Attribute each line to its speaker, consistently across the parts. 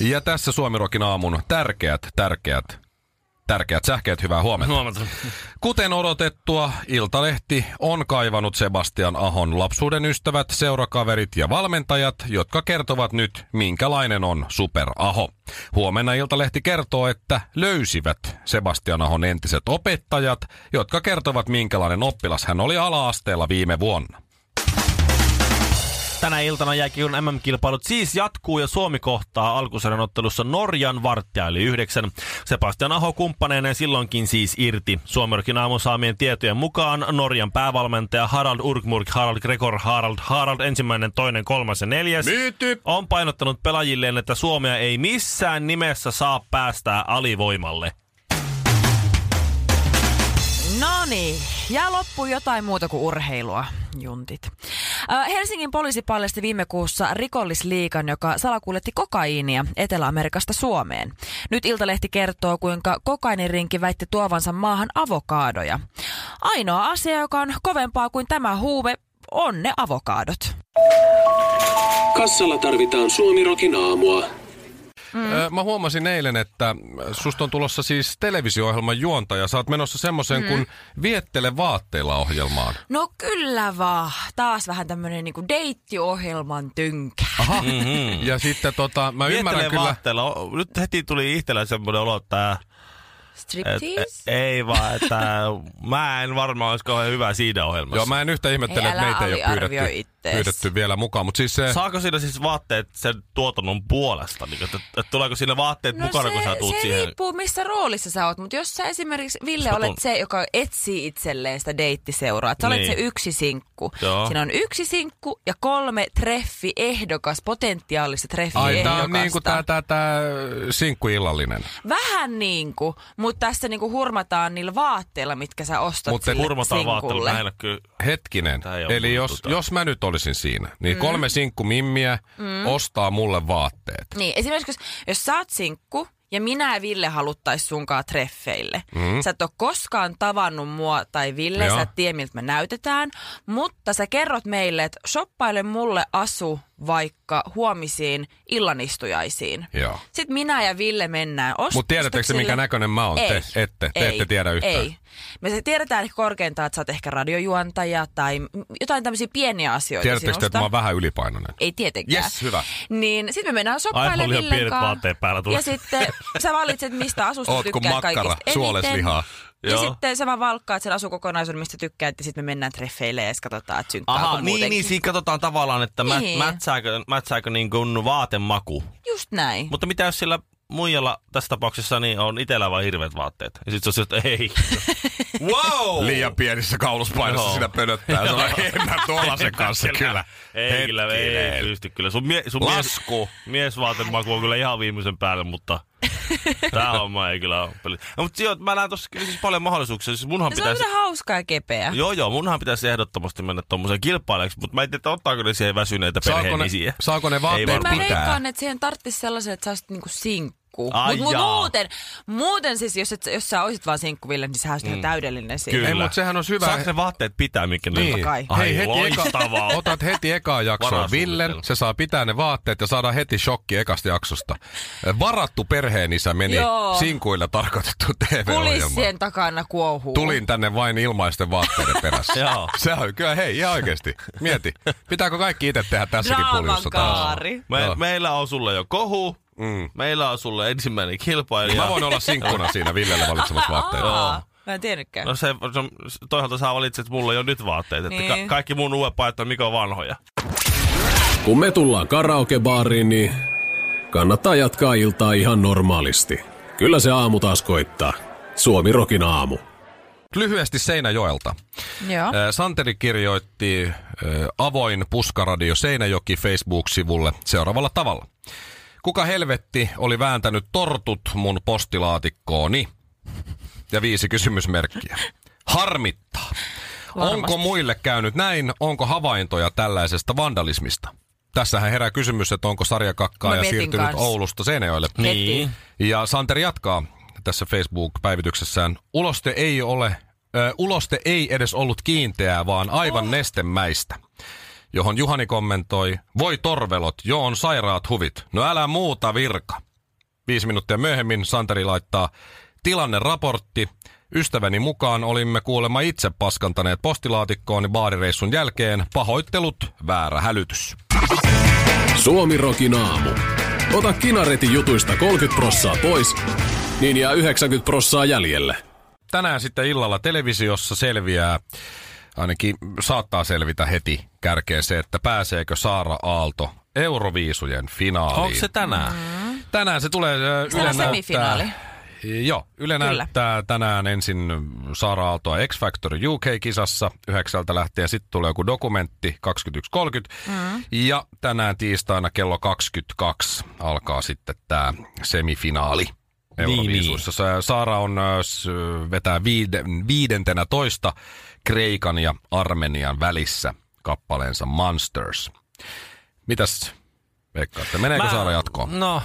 Speaker 1: Ja tässä Suomirokin aamun tärkeät, tärkeät, tärkeät sähkeet. Hyvää huomenta.
Speaker 2: Huomenta.
Speaker 1: Kuten odotettua, Iltalehti on kaivanut Sebastian Ahon lapsuuden ystävät, seurakaverit ja valmentajat, jotka kertovat nyt, minkälainen on Super Aho. Huomenna Iltalehti kertoo, että löysivät Sebastian Ahon entiset opettajat, jotka kertovat, minkälainen oppilas hän oli ala-asteella viime vuonna.
Speaker 2: Tänä iltana jääkiekon MM-kilpailut siis jatkuu ja Suomi kohtaa alkusarjan ottelussa Norjan varttia eli yhdeksän. Sebastian Aho kumppaneineen silloinkin siis irti. Suomerkin aamun saamien tietojen mukaan Norjan päävalmentaja Harald Urkmurk, Harald Gregor, Harald, Harald ensimmäinen, toinen, kolmas ja neljäs Myyty. on painottanut pelaajilleen, että Suomea ei missään nimessä saa päästää alivoimalle.
Speaker 3: No niin, ja loppuu jotain muuta kuin urheilua, juntit. Ö, Helsingin poliisi paljasti viime kuussa rikollisliikan, joka salakuljetti kokaiinia Etelä-Amerikasta Suomeen. Nyt Iltalehti kertoo, kuinka kokainirinki väitti tuovansa maahan avokaadoja. Ainoa asia, joka on kovempaa kuin tämä huume, on ne avokaadot.
Speaker 4: Kassalla tarvitaan Suomirokin aamua.
Speaker 1: Mm. Mä huomasin eilen, että susta on tulossa siis televisio-ohjelman juontaja. Sä oot menossa semmoiseen mm. kuin Viettele vaatteilla ohjelmaan.
Speaker 3: No kyllä vaan, taas vähän tämmönen niinku deittiohjelman tynkä.
Speaker 1: Aha. Mm-hmm. Ja sitten tota, mä ymmärrän
Speaker 2: Viettelee
Speaker 1: kyllä...
Speaker 2: vaatteella. O- Nyt heti tuli itsellä semmoinen olo, että et,
Speaker 3: Striptease?
Speaker 2: e- ei vaan, että mä en varmaan olisi kauhean hyvä siinä ohjelmassa.
Speaker 1: Joo, mä en yhtä ihmettele,
Speaker 3: Hei,
Speaker 1: että
Speaker 3: älä
Speaker 1: meitä ei ole
Speaker 3: aliarvioi
Speaker 1: pyydetty,
Speaker 3: ittees.
Speaker 1: pyydetty vielä mukaan. Mutta siis se,
Speaker 2: Saako siinä siis vaatteet sen tuotannon puolesta? Niin, että, että tuleeko siinä vaatteet no mukana,
Speaker 3: se,
Speaker 2: kun sä tuut
Speaker 3: se
Speaker 2: siihen?
Speaker 3: riippuu, missä roolissa sä oot, mutta jos sä esimerkiksi, Ville,
Speaker 2: Sä
Speaker 3: olet
Speaker 2: tunt-
Speaker 3: se, joka etsii itselleen sitä deittiseuraa, että sä olet
Speaker 2: Niin.
Speaker 3: se yksi sinkku.
Speaker 2: Joo.
Speaker 3: Siinä on yksi sinkku ja kolme treffiehdokas, potentiaalista
Speaker 1: ai
Speaker 3: treffiehdokasta.
Speaker 1: tää on niin kuin tää, tää, tää sinkkuillallinen.
Speaker 3: Vähän niin kuin, mutta tässä niinku hurmataan niillä vaatteilla, mitkä sä ostat
Speaker 1: Mut te
Speaker 3: sille
Speaker 2: Hurmataan vaatteilla,
Speaker 3: sinkulle.
Speaker 2: mä en ole kyllä.
Speaker 1: Hetkinen,
Speaker 2: Tää ei oo
Speaker 1: eli
Speaker 2: mun
Speaker 1: jos,
Speaker 2: juttu tää.
Speaker 1: jos mä nyt olisin siinä,
Speaker 3: Mm.
Speaker 1: niin kolme sinkkumimmiä ostaa mulle vaatteet.
Speaker 3: Niin, esimerkiksi jos, jos sä oot sinkku ja minä ja Ville haluttais sunkaan treffeille. Mm. Sä et ole koskaan tavannut mua tai Ville,
Speaker 1: Joo.
Speaker 3: Joo. sä et tiedä miltä me näytetään, mutta sä kerrot meille, että shoppaile mulle asu vaikka huomisiin illanistujaisiin.
Speaker 1: Joo.
Speaker 3: Sitten minä ja Ville mennään ostoksille.
Speaker 1: Mutta tiedättekö te, minkä näköinen mä oon?
Speaker 3: Ei.
Speaker 1: Te ette, te
Speaker 3: ei,
Speaker 1: ette tiedä yhtään.
Speaker 3: Ei. Me se tiedetään ehkä korkeintaan, että sä oot ehkä radiojuontaja tai m- jotain tämmöisiä pieniä asioita
Speaker 1: Tiedättekö te,
Speaker 3: sinusta.
Speaker 1: että mä oon vähän ylipainoinen?
Speaker 3: Ei tietenkään.
Speaker 1: Jes, hyvä.
Speaker 3: Niin, sitten me mennään
Speaker 2: Aivan
Speaker 3: shoppailemaan
Speaker 2: liian
Speaker 3: Villen
Speaker 2: pienet
Speaker 3: kanssa.
Speaker 2: vaatteet päällä tulee.
Speaker 3: Ja sitten sä valitset, mistä asusta
Speaker 1: Oot kuin
Speaker 3: tykkää
Speaker 1: makkara,
Speaker 3: kaikista
Speaker 1: suoleslihaa.
Speaker 3: Ja
Speaker 2: Joo.
Speaker 3: Joo. sitten sä vaan valkkaat sen asukokonaisuuden, mistä tykkäät, ja sitten me mennään treffeille ja sit katsotaan, että synkkaako
Speaker 2: Aha, niin,
Speaker 3: muutenkin.
Speaker 2: niin, siinä katsotaan tavallaan, että mä,
Speaker 3: Niin.
Speaker 2: mätsääkö, mätsääkö niin kuin vaatemaku.
Speaker 3: Just näin.
Speaker 2: Mutta mitä jos sillä muijalla tässä tapauksessa niin on itellä vain hirveät vaatteet? Ja sit se on se, että ei. wow!
Speaker 1: Liian pienissä kauluspainossa
Speaker 2: Joo.
Speaker 1: sinä pönöttää. Sano, en mä tuollaisen kanssa kyllä.
Speaker 2: Ei, kyllä, ei
Speaker 1: Hetkinen.
Speaker 2: pysty kyllä. Sun, mie, sun
Speaker 1: Lasku.
Speaker 2: Mies, miesvaatemaku on kyllä ihan viimeisen päälle, mutta tää homma ei kyllä ole peli. No, mutta joo, mä näen tossa kyllä siis paljon mahdollisuuksia. Siis munhan
Speaker 3: Ja No se on
Speaker 2: pitäisi...
Speaker 3: mitä hauskaa ja kepeä.
Speaker 2: Joo, joo, munhan pitäisi ehdottomasti mennä tommoseen kilpailijaksi, mutta mä en tiedä, että ottaako ne siihen väsyneitä
Speaker 1: Saako ne,
Speaker 2: perheenisiä.
Speaker 1: saako ne
Speaker 2: Ei
Speaker 1: vaatteet
Speaker 3: Mä
Speaker 2: varmaan.
Speaker 1: pitää?
Speaker 3: veikkaan, että siihen tarttis sellaisen, että sä olisit niinku sinkku.
Speaker 2: Ai
Speaker 3: Mut, mut
Speaker 2: jaa.
Speaker 3: muuten, muuten siis, jos, et, jos sä olisit vaan sinkku, Ville, niin sä olisit ihan täydellinen siinä.
Speaker 2: Mm. Kyllä.
Speaker 1: Ei, mutta sehän on hyvä.
Speaker 2: Saako ne vaatteet pitää, mikä ne
Speaker 1: Niin.
Speaker 3: Totta kai.
Speaker 1: Hei,
Speaker 2: Ai,
Speaker 1: heti
Speaker 2: loistavaa.
Speaker 1: eka, otat heti ekaa jaksoa
Speaker 2: Varasuunnitelma.
Speaker 1: Villen, se saa pitää ne vaatteet ja saadaan heti shokki ekasta jaksosta. Varattu perheenisä meni
Speaker 3: Joo.
Speaker 1: sinkuilla tarkoitettu TV-ohjelmaan.
Speaker 3: Kulissien takana kuohuu.
Speaker 1: Tulin tänne vain ilmaisten vaatteiden perässä.
Speaker 2: Joo.
Speaker 1: Se on kyllä, hei, ihan oikeasti. Mieti, pitääkö kaikki itse tehdä tässäkin
Speaker 3: Draaman
Speaker 1: puljussa taas?
Speaker 3: kaari.
Speaker 2: Me,
Speaker 1: Joo.
Speaker 2: meillä on sulle jo kohu, mm. meillä on sulle ensimmäinen kilpailija.
Speaker 1: Mä voin olla sinkkuna siinä Villelle valitsemassa vaatteita.
Speaker 3: Aa, Mä en tiennytkään.
Speaker 2: No se, se, toisaalta sä valitset mulle jo nyt vaatteet, että ka-
Speaker 3: Niin.
Speaker 2: kaikki mun uudet paidat on Mikon vanhoja.
Speaker 4: Kun me tullaan karaokebaariin, niin kannattaa jatkaa iltaa ihan normaalisti. Kyllä se aamu taas koittaa. Suomirokin aamu.
Speaker 1: Lyhyesti Seinäjoelta.
Speaker 3: Joo.
Speaker 1: Äh, Santeri kirjoitti äh, avoin puskaradio Seinäjoki Facebook-sivulle seuraavalla tavalla. Kuka helvetti oli vääntänyt tortut mun postilaatikkooni? Ja viisi kysymysmerkkiä. Harmittaa.
Speaker 3: Varmasti.
Speaker 1: Onko muille käynyt näin? Onko havaintoja tällaisesta vandalismista? Tässähän herää kysymys, että onko sarjakakkaa
Speaker 3: Mä
Speaker 1: ja
Speaker 3: mietin
Speaker 1: siirtynyt
Speaker 3: kans.
Speaker 1: Oulusta Seinäjoelle.
Speaker 2: Niin.
Speaker 1: Ja Santeri jatkaa tässä Facebook-päivityksessään. Uloste ei ole, ö, uloste ei edes ollut kiinteää, vaan aivan oh. nestemäistä. Johon Juhani kommentoi, voi torvelot, jo on sairaat huvit. No älä muuta virka. Viisi minuuttia myöhemmin Santeri laittaa tilanneraportti. Ystäväni mukaan olimme kuulemma itse paskantaneet postilaatikkooni baarireissun jälkeen. Pahoittelut, väärä hälytys.
Speaker 4: Suomi Rokin aamu. Ota kinaretin jutuista 30 prossaa pois, niin jää 90 prossaa jäljelle.
Speaker 1: tänään sitten illalla televisiossa selviää, ainakin saattaa selvitä heti kärkeen se, että pääseekö Saara Aalto Euroviisujen finaaliin.
Speaker 2: Onko se tänään? Mm.
Speaker 1: Tänään se tulee. ö,
Speaker 3: Siellä on
Speaker 1: Yle
Speaker 3: semifinaali.
Speaker 1: näyttää- Eh, Joo, Yle
Speaker 3: Kyllä.
Speaker 1: näyttää tänään ensin Saara Aaltoa X Factor UK-kisassa yhdeksältä lähtien. Sitten tulee joku dokumentti 21.30. Mm. Ja tänään tiistaina kello 22 alkaa sitten tämä semifinaali. Euroviisuissa. Sa- Saara on, ö, s- vetää viiden, viidentenä toista Kreikan ja Armenian välissä kappaleensa Monsters. Mitäs veikkaatte? Meneekö Saara jatkoon?
Speaker 2: No,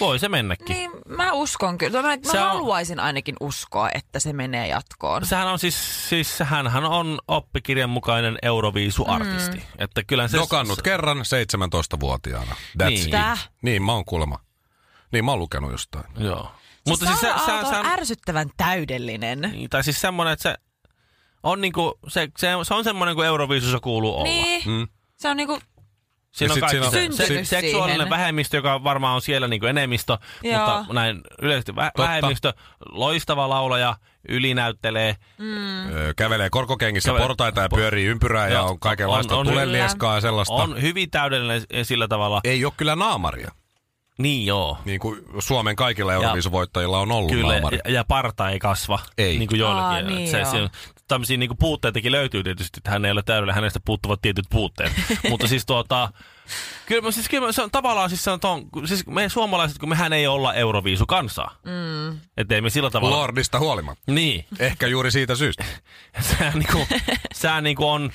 Speaker 2: voi se mennäkin.
Speaker 3: Niin, mä uskon kyllä. Mä,
Speaker 2: Se
Speaker 3: mä
Speaker 2: on-
Speaker 3: haluaisin ainakin uskoa, että se menee jatkoon.
Speaker 2: Sehän on siis, siis hänhän on oppikirjan mukainen Euroviisu-artisti. Mm. Että kyllä se...
Speaker 1: Dokannut kerran 17-vuotiaana. That's
Speaker 2: Niin.
Speaker 1: it.
Speaker 3: Tää?
Speaker 1: Niin, mä oon kuulemma. Niin, mä oon lukenut jostain.
Speaker 2: Joo.
Speaker 3: Mutta siis se,
Speaker 2: se,
Speaker 3: on
Speaker 2: se,
Speaker 3: ärsyttävän täydellinen.
Speaker 2: Niin, tai siis semmoinen, että se on niinku, se, se, se on semmoinen kuin Euroviisussa kuuluu olla.
Speaker 3: Niin.
Speaker 1: Mm.
Speaker 3: Se on niinku
Speaker 2: Siinä on
Speaker 1: Ja sit
Speaker 2: kaikki
Speaker 1: siinä on-
Speaker 2: se, se,
Speaker 3: Syntynyt
Speaker 2: seksuaalinen
Speaker 3: siihen.
Speaker 2: vähemmistö, joka varmaan on siellä niinku enemmistö,
Speaker 3: Joo.
Speaker 2: mutta näin yleisesti vä- vähemmistö, loistava laulaja, ylinäyttelee.
Speaker 1: Ö, Kävelee korkokengissä
Speaker 2: Mm. Kävelee-
Speaker 1: portaita ja pyörii ympyrää ja
Speaker 2: Joo.
Speaker 1: on kaikenlaista
Speaker 2: On- on kyllä.
Speaker 1: tulenlieskaa ja sellaista.
Speaker 2: On hyvin täydellinen sillä tavalla.
Speaker 1: Ei ole kyllä naamaria,
Speaker 2: Niin joo.
Speaker 1: niin kuin Suomen kaikilla Euroviisuvoittajilla on ollut
Speaker 2: Kyllä,
Speaker 1: naamari.
Speaker 2: ja, ja parta ei kasva.
Speaker 1: Ei.
Speaker 2: Niin kuin joillakin.
Speaker 3: Aa, niin
Speaker 2: se,
Speaker 3: joo.
Speaker 2: se, tämmöisiä niin kuin puutteitakin löytyy tietysti, että hän ei ole täydellä, hänestä puuttuvat tietyt puutteet. Mutta siis tuota, kyllä, mä- siis, kyllä mä- se on tavallaan, siis, se on, ton, siis me suomalaiset, kun mehän ei olla Euroviisu kansaa. Mm. Että ei me sillä tavalla...
Speaker 1: Lordista huolimatta.
Speaker 2: Niin.
Speaker 1: Ehkä juuri siitä syystä.
Speaker 2: Sehän, niinku, sehän niinku on,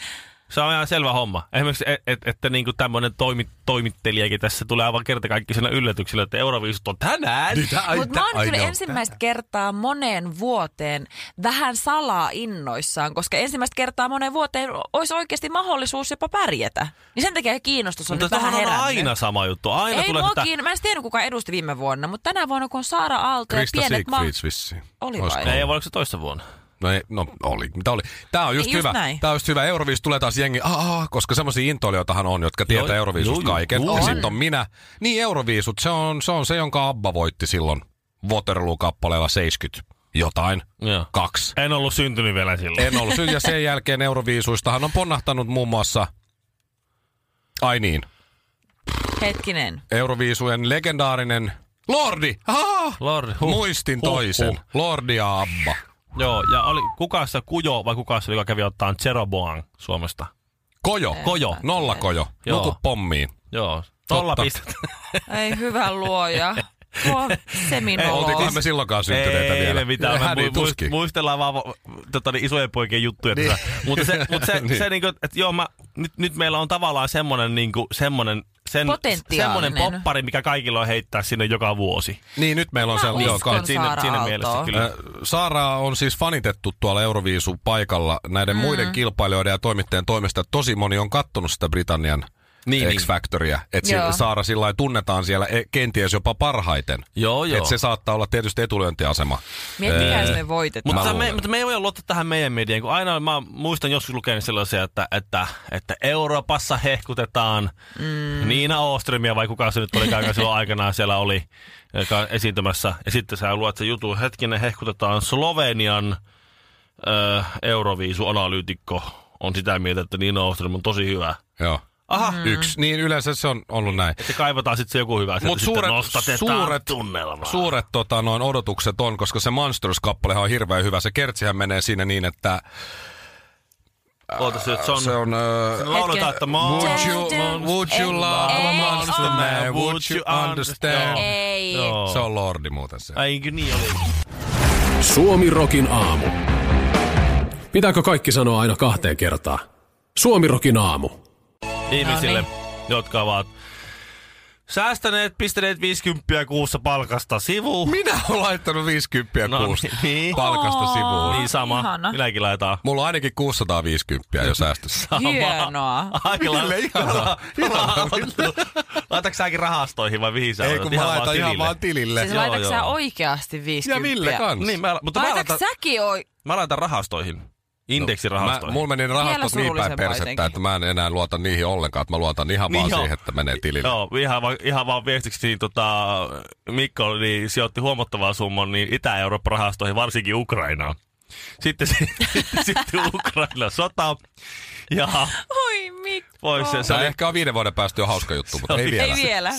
Speaker 2: se on ihan selvä homma. Esimerkiksi, et, et, että niinku tämmöinen toimi, toimittelijakin tässä tulee aivan kertakaikkisena yllätyksellä, että Euroviisut on tänään.
Speaker 3: Mutta mä oon kyllä ensimmäistä kertaa moneen vuoteen vähän salaa innoissaan, koska ensimmäistä kertaa moneen vuoteen olisi oikeasti mahdollisuus jopa pärjätä. Niin sen takia kiinnostus on
Speaker 2: Mutta
Speaker 3: nyt vähän
Speaker 2: tämähän on
Speaker 3: herännyt.
Speaker 2: aina sama juttu. Aina
Speaker 3: Ei
Speaker 2: tulee
Speaker 3: mua
Speaker 2: tätä-
Speaker 3: kiin... Mä en tiedä, kuka edusti viime vuonna, mutta tänä vuonna kun on Saara Aalto ja
Speaker 1: Krista
Speaker 3: pienet ma...
Speaker 1: Siegfrieds vissiin.
Speaker 3: Oli
Speaker 1: Olisiko
Speaker 3: vai?
Speaker 1: ollut?
Speaker 2: Ei, vai oliko se toista vuonna?
Speaker 1: No, ei, no oli, mitä oli. Tämä on just,
Speaker 3: Niin, just
Speaker 1: hyvä.
Speaker 3: näin.
Speaker 1: Tämä on just hyvä. Euroviis tulee taas jengi, ah, ah, koska semmoisia intoilijoitahan on, jotka tietää
Speaker 2: Joo, joo,
Speaker 1: Euroviisusta
Speaker 2: joo,
Speaker 1: kaiken.
Speaker 2: joo.
Speaker 1: Ja
Speaker 2: On.
Speaker 1: sitten on minä. Niin Euroviisut, se on, se on se, jonka Abba voitti silloin Waterloo-kappaleella 70 jotain,
Speaker 2: Joo.
Speaker 1: kaksi.
Speaker 2: En ollut syntynyt vielä silloin.
Speaker 1: En ollut syy. Ja sen jälkeen Euroviisuistahan on ponnahtanut muun muassa, ai niin,
Speaker 3: Hetkinen.
Speaker 1: Euroviisujen legendaarinen Lordi! Ah!
Speaker 2: Lordi, huh,
Speaker 1: Muistin
Speaker 2: huh,
Speaker 1: toisen.
Speaker 2: huh.
Speaker 1: Lordi ja Abba.
Speaker 2: Joo, ja oli kuka se Kujo vai kuka se oli, joka kävi ottaan Cheroboan Suomesta?
Speaker 1: Kojo.
Speaker 2: Kojo.
Speaker 1: Nollakojo.
Speaker 2: Joo.
Speaker 1: Nuku pommiin.
Speaker 2: Joo, tolla
Speaker 1: Totta.
Speaker 2: pistetään.
Speaker 3: Ei hyvä luoja. Tuo
Speaker 1: Oltiinko
Speaker 3: seminoloo.
Speaker 1: me silloinkaan syntyneitä
Speaker 2: Ei
Speaker 1: vielä? niin
Speaker 2: me mitään, me
Speaker 1: Häni
Speaker 2: mu- muist-
Speaker 1: tuskin.
Speaker 2: muistellaan vaan va- tota, niin isojen poikien juttuja. Niin. Mutta se, mut se,
Speaker 1: Niin.
Speaker 2: se niinku, että joo, mä, nyt, nyt meillä on tavallaan semmonen, niinku, semmonen, sen,
Speaker 3: Potentiaalinen.
Speaker 2: semmonen poppari, mikä kaikilla on heittää sinne joka vuosi.
Speaker 1: Niin, nyt meillä on
Speaker 3: Mä
Speaker 1: se...
Speaker 3: uskon.
Speaker 1: Joo, ka-
Speaker 2: Et siinä,
Speaker 3: Saara
Speaker 2: siinä
Speaker 3: Aaltoa.
Speaker 2: mielessä kyllä.
Speaker 1: Ö, Saaraa on siis fanitettu tuolla Euroviisun paikalla näiden mm. muiden kilpailijoiden ja toimittajien toimesta. Tosi moni on kattonut sitä Britannian
Speaker 2: Niin,
Speaker 1: niin, X-Factoria. Että
Speaker 3: Joo.
Speaker 1: Saara sillä lailla tunnetaan siellä e, kenties jopa parhaiten.
Speaker 2: Joo, joo.
Speaker 1: Että se saattaa olla tietysti etulyöntiasema.
Speaker 3: Miettikää, jos me voitetaan.
Speaker 2: Mutta,
Speaker 1: Mä
Speaker 2: me,
Speaker 1: luulen.
Speaker 2: mutta me ei voi luottaa tähän meidän mediaan, kun aina mä muistan joskus lukenut sellaisia, että, että, että Euroopassa hehkutetaan mm. Niina Ooströmiä vai kuka se nyt oli, joka silloin aikanaan siellä oli joka esiintymässä. Ja sitten sä luet se jutu, hetkinen hehkutetaan Slovenian ö, Euroviisu-analyytikko on sitä mieltä, että Niina Ooström on tosi hyvä.
Speaker 1: Joo.
Speaker 2: Aha.
Speaker 1: Mm. Yksi. Niin yleensä se on ollut näin.
Speaker 2: Että kaivataan sitten se joku hyvä,
Speaker 1: Mut
Speaker 2: Mutta
Speaker 1: suuret-
Speaker 2: suuret, nostatetaan
Speaker 1: suuret-
Speaker 2: suuret, tunnelmaa.
Speaker 1: Suuret tota, noin odotukset on, koska se Monsters-kappalehan on hirveän hyvä. Se kertsihän menee siinä niin, että
Speaker 2: Ootas nyt, se on...
Speaker 1: Se on... ö,
Speaker 2: Lauletaan, että mä oon...
Speaker 1: Would you, would you love
Speaker 3: Ei,
Speaker 1: a
Speaker 3: ei,
Speaker 1: monster
Speaker 3: on.
Speaker 1: man? Would you understand?
Speaker 3: Ei.
Speaker 2: Joo.
Speaker 1: Se on lordi muuten se.
Speaker 2: Ai niin oli.
Speaker 4: Suomi Rokin aamu. Pitääkö kaikki sanoa aina kahteen kertaan? Suomi Rokin aamu.
Speaker 2: ihmisille,
Speaker 3: No niin.
Speaker 2: jotka ovat säästäneet, pistäneet 50 kuussa palkasta sivuun.
Speaker 1: Minä oon laittanut 50
Speaker 2: No
Speaker 1: kuusta
Speaker 2: niin.
Speaker 1: palkasta
Speaker 3: Aa.
Speaker 1: sivuun.
Speaker 2: Niin sama.
Speaker 3: Ihana.
Speaker 2: Minäkin laitan.
Speaker 1: Mulla on ainakin 650 jo säästössä.
Speaker 3: Hienoa.
Speaker 2: Aika lailla.
Speaker 1: Ville, ihanaa. Ihanaa.
Speaker 2: Laitatko säkin rahastoihin vai mihin sä
Speaker 1: Ei
Speaker 2: laitat?
Speaker 1: kun mä laitan ihan
Speaker 2: tilille.
Speaker 1: vaan tilille.
Speaker 3: Siis
Speaker 2: Joo,
Speaker 3: laitatko
Speaker 2: joo.
Speaker 3: sä oikeasti 50?
Speaker 1: Ja Ville kanssa.
Speaker 2: Niin, mä, mutta mä
Speaker 3: Laitatko
Speaker 2: laitan,
Speaker 3: säkin oi...
Speaker 2: mä laitan rahastoihin.
Speaker 1: No, Mä,
Speaker 2: Indeksirahastoihin.
Speaker 1: mulla meni ne rahastot
Speaker 3: Vielä
Speaker 1: niin päin
Speaker 3: surullisempaa
Speaker 1: persettä,
Speaker 3: jotenkin.
Speaker 1: että mä en enää luota niihin ollenkaan. Että mä luotan ihan vaan
Speaker 2: Niin joo.
Speaker 1: siihen, että menee tilille.
Speaker 2: Joo, ihan vaan, ihan vaan viestiksi niin, tota, Mikko niin sijoitti huomattavaa summan niin Itä-Eurooppa-rahastoihin, varsinkin Ukrainaan. Sitten, se- sitten, sitten Ukraina sota ja
Speaker 3: Oi Mikko.
Speaker 2: pois se, se
Speaker 1: Tämä
Speaker 2: oli
Speaker 1: ehkä on viiden vuoden päästä jo hauska juttu, mutta ei vielä.
Speaker 3: Ei vielä.
Speaker 1: Ei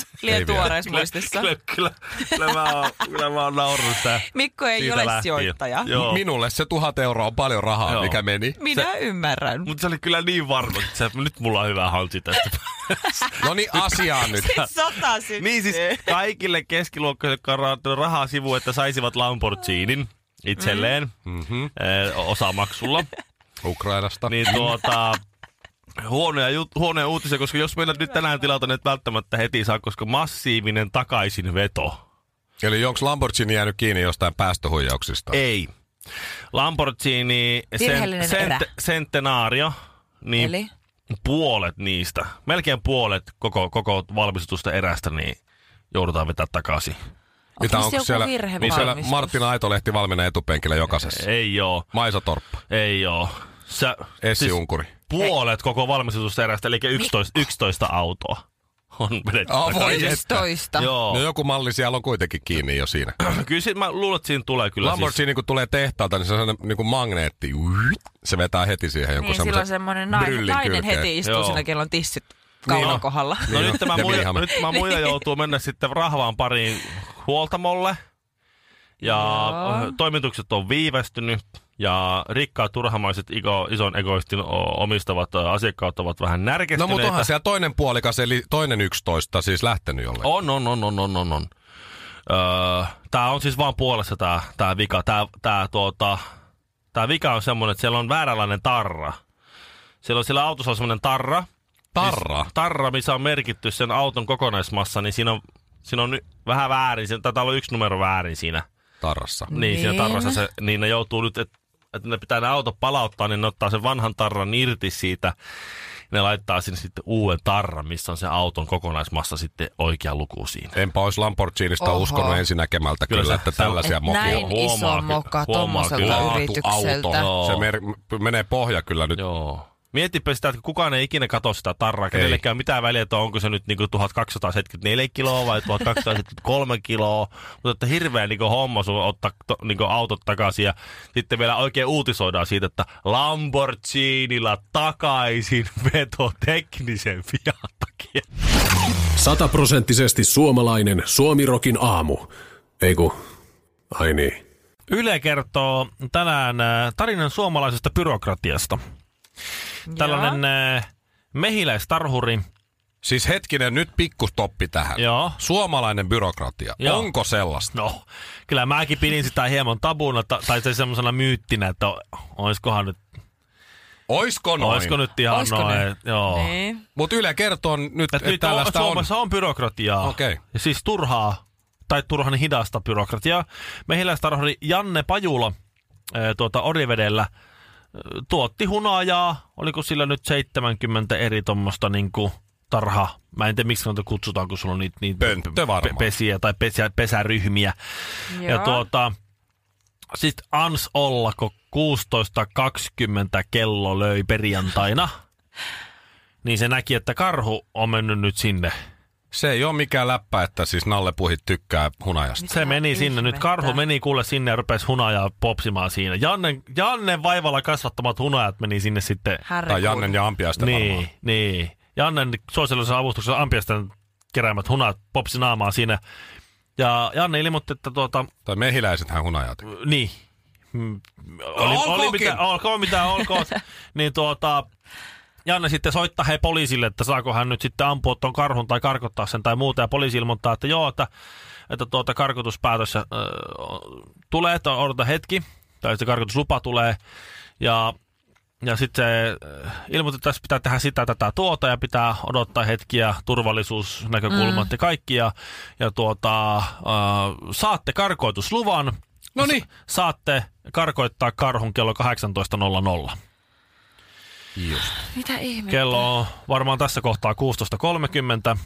Speaker 1: vielä.
Speaker 3: Liian tuoreessa muistissa.
Speaker 2: Kyllä, kyllä, kyllä, mä oon, kyllä mä oon naurannut sitä.
Speaker 3: Mikko ei
Speaker 2: siitä
Speaker 3: ole
Speaker 2: lähtien.
Speaker 3: sijoittaja.
Speaker 2: Joo.
Speaker 1: Minulle se tuhat euroa on paljon rahaa,
Speaker 2: Joo.
Speaker 1: mikä meni.
Speaker 3: Minä ymmärrän.
Speaker 2: Mutta se oli kyllä niin varma, että se, nyt mulla on hyvä hansi tästä.
Speaker 1: No niin, asiaan nyt.
Speaker 2: Siis-
Speaker 3: Sata sitten.
Speaker 2: niin siis kaikille keskiluokkaisille, jotka on rahoittanut rahaa sivuun, että saisivat Lamborghinin itselleen mm-hmm. osamaksulla.
Speaker 1: Ukrainasta.
Speaker 2: niin tuota, huonoja, jut- huonoja uutisia, koska jos meillä nyt tänään tilataan, että välttämättä heti saa, koska massiivinen takaisinveto.
Speaker 1: Eli onko Lamborghini jäänyt kiinni jostain päästöhuijauksista?
Speaker 2: Ei. Lamborghini
Speaker 3: Virheellinen erä.
Speaker 2: Centenario, niin
Speaker 3: Eli?
Speaker 2: puolet niistä, melkein puolet koko, koko valmistetusta erästä, niin joudutaan vetää takaisin.
Speaker 1: Mitä
Speaker 3: Onko
Speaker 1: onko
Speaker 3: joku
Speaker 1: siellä,
Speaker 3: virhe
Speaker 1: niin siellä
Speaker 3: valmistus?
Speaker 1: Martin Aitolehti valmiina etupenkillä jokaisessa?
Speaker 2: Ei joo,
Speaker 1: Maisa Torppa,
Speaker 2: ei oo. Sä, siis
Speaker 1: esiunkuri.
Speaker 2: puolet koko valmistetusta erästä, eli 11, 11 autoa on vedetty
Speaker 1: Ah,
Speaker 2: takaisin.
Speaker 1: voi että.
Speaker 3: Toista.
Speaker 2: Joo.
Speaker 1: No joku malli siellä on kuitenkin kiinni jo siinä.
Speaker 2: No Kyllä si- mä luulen, että siinä tulee kyllä
Speaker 1: Lamborghini siis... kun tulee tehtaalta, niin se on sellainen niin kuin magneetti. Se vetää heti siihen jonkun
Speaker 3: Niin, silloin semmoinen nainen, nainen heti istuu
Speaker 2: Joo.
Speaker 3: siinä, kello on tissit
Speaker 1: Niin
Speaker 3: kaulan
Speaker 1: on.
Speaker 3: kohdalla.
Speaker 2: No
Speaker 1: Niin
Speaker 2: nyt
Speaker 1: on,
Speaker 2: tämä,
Speaker 1: ja
Speaker 2: muija,
Speaker 1: miihama.
Speaker 2: nyt tämä muija joutuu mennä sitten rahvaan pariin huoltamolle. Ja
Speaker 3: Joo.
Speaker 2: ö, toimitukset on viivästynyt. Ja rikkaat turhamaiset iko, ison egoistin o- omistavat ö, asiakkaat ovat vähän
Speaker 1: No
Speaker 2: närkästyneitä.
Speaker 1: mutta onhan siellä toinen puolikas, eli toinen 11 siis lähtenyt jolle.
Speaker 2: On, on, on, on, on, on, on. Öö, tää on siis vaan puolessa tää, tää vika. Tää, tää, tuota, tää vika on semmonen, että siellä on vääränlainen tarra. Siellä on siellä autossa on semmonen tarra,
Speaker 1: Tarra.
Speaker 2: Siis tarra, missä on merkitty sen auton kokonaismassa, niin siinä on, siinä on ny- vähän väärin, siinä taitaa olla yksi numero väärin siinä.
Speaker 1: Tarrassa.
Speaker 2: Niin, niin. siinä tarrassa se, niin ne joutuu nyt, että et ne pitää ne auto palauttaa, niin ne ottaa sen vanhan tarran irti siitä. Ne laittaa sinne sitten uuden tarran, missä on se auton kokonaismassa sitten oikea luku siinä.
Speaker 1: Enpä olisi Lamborghinista
Speaker 3: Oho.
Speaker 1: uskonut ensinäkemältä
Speaker 2: Kyllä
Speaker 1: kyllä,
Speaker 2: se-
Speaker 1: kyllä että
Speaker 2: se on-
Speaker 1: tällaisia
Speaker 2: Et
Speaker 1: mokia
Speaker 3: Näin
Speaker 1: on.
Speaker 2: Huomaa
Speaker 3: iso
Speaker 2: kyllä,
Speaker 3: moka
Speaker 2: huomaa kyllä.
Speaker 3: tuommoiselta
Speaker 2: Laatu,
Speaker 3: yritykseltä.
Speaker 2: Joo.
Speaker 1: Se mer- menee pohja kyllä nyt.
Speaker 2: Joo. Mietipä sitä, että kukaan ei ikinä katso sitä tarraa. Kenellekään ei mitään väliä, että onko se nyt niinku 1274 kiloa vai 1273 kiloa. Mutta että hirveä niinku homma sun ottaa to, niinku autot takaisin. Ja sitten vielä oikein uutisoidaan siitä, että Lamborghinilla takaisin veto teknisen vian takia.
Speaker 4: Sataprosenttisesti suomalainen Suomi Rokin aamu. Ei ku, ai niin.
Speaker 2: Yle kertoo tänään äh, tarinan suomalaisesta byrokratiasta. Tällainen äh, mehiläistarhuri.
Speaker 1: Siis hetkinen, nyt pikkustoppi tähän.
Speaker 2: Joo.
Speaker 1: Suomalainen byrokratia.
Speaker 2: Joo.
Speaker 1: Onko sellaista?
Speaker 2: No, kyllä mäkin pidin sitä hieman tabuna, ta- tai se semmoisena myyttinä, että o- oiskohan nyt,
Speaker 1: Oisko noin?
Speaker 2: oisko nyt ihan
Speaker 3: Oisko
Speaker 2: noin.
Speaker 3: nyt?
Speaker 2: äh, no, eh, Joo.
Speaker 3: Niin.
Speaker 1: Mutta Yle kertoo nyt,
Speaker 2: Et
Speaker 1: että
Speaker 2: nyt
Speaker 1: et
Speaker 2: o-
Speaker 1: tällaista on.
Speaker 2: Suomessa on, byrokratiaa.
Speaker 1: Okei.
Speaker 2: Ja Siis turhaa, tai turhan hidasta byrokratiaa. Mehiläistarhuri Janne Pajula ö, tuota Orivedellä ö, tuotti hunajaa, oliko sillä nyt 70 eri tuommoista niinku tarha, mä en tiedä miksi noita kutsutaan, kun sulla on niitä, niitä
Speaker 1: Pönttö varmaan.
Speaker 2: pesiä tai pesä, pesäryhmiä.
Speaker 3: Joo.
Speaker 2: Ja tuota, sit Ans Ollako 16.20 kello löi perjantaina. Niin se näki, että karhu on mennyt nyt sinne.
Speaker 1: Se ei ole mikään läppä, että siis Nalle Puhit tykkää hunajasta.
Speaker 2: Se meni sinne. Nyt
Speaker 3: ihmettä?
Speaker 2: karhu meni kuule sinne ja rupesi hunajaa popsimaan siinä. Janne, Janne vaivalla kasvattamat hunajat meni sinne sitten.
Speaker 3: Härry
Speaker 1: Tai
Speaker 3: kun-
Speaker 1: Jannen ja Ampiaisten varmaan.
Speaker 2: Niin, niin. Jannen suosiollisen avustuksen ampiasten keräämät hunajat popsi naamaa siinä. Ja Janne ilmoitti, että tuota,
Speaker 1: Tai mehiläisethän hunajaa tykkää.
Speaker 2: niin, mm, oli, oli
Speaker 1: Olkoonkin.
Speaker 2: mitä, olkoon mitä olkoon, niin tuota, Janne sitten soittaa he poliisille, että saako hän nyt sitten ampua tuon karhun tai karkottaa sen tai muuta. Ja poliisi ilmoittaa, että joo, että, että tuota karkotuspäätös äh, tulee, että odota hetki, tai se karkotuslupa tulee. Ja, ja sitten se äh, ilmoitetaan, että pitää tehdä sitä, tätä, tuota ja pitää odottaa hetkiä, turvallisuusnäkökulmat mm. ja kaikki. Ja, ja tuota, äh, saatte karkoitusluvan.
Speaker 1: No niin.
Speaker 2: Saatte karkoittaa karhun kello 18.00.
Speaker 3: Mitä ihmettä?
Speaker 2: Kello on varmaan tässä kohtaa 16.30.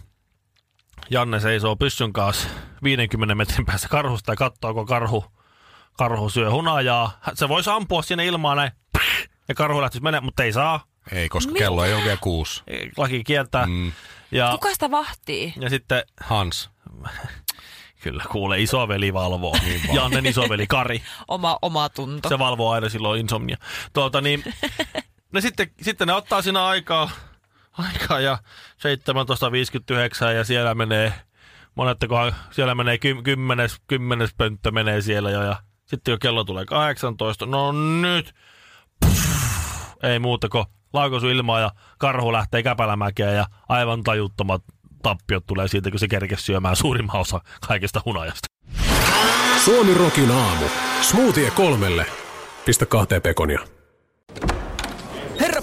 Speaker 2: Janne seisoo pyssyn kanssa 50 metrin päässä karhusta ja katsoo, kun karhu, karhu syö hunajaa. Hän- Se voisi ampua sinne ilmaan näin ja karhu lähtisi menemään, mutta ei saa.
Speaker 1: Ei, koska kello ei ole vielä kuusi.
Speaker 2: Laki kieltää. Mm. Ja,
Speaker 3: Kuka sitä vahtii?
Speaker 2: ja sitten
Speaker 1: Hans.
Speaker 2: kyllä kuule, isoveli valvoo. Jannen isoveli Kari.
Speaker 3: Oma, oma tunto.
Speaker 2: Se valvoo aina silloin insomnia. Tuota, niin, ne sitten, sitten ne ottaa siinä aikaa, aikaa ja 17.59 ja siellä menee, monettakohan, siellä menee ky- kymmenes, kymmenes pönttö menee siellä jo ja sitten jo kello tulee 18, no nyt, Puff, ei muuta kuin laukaisu ilmaa ja karhu lähtee käpälämäkeä ja aivan tajuttomat tappiot tulee siitä, kun se kerkesi syömään suurimman osa kaikesta hunajasta.
Speaker 4: Suomi Rokin aamu. Smoothie kolmelle. Pistä kahteen pekonia.
Speaker 5: Herra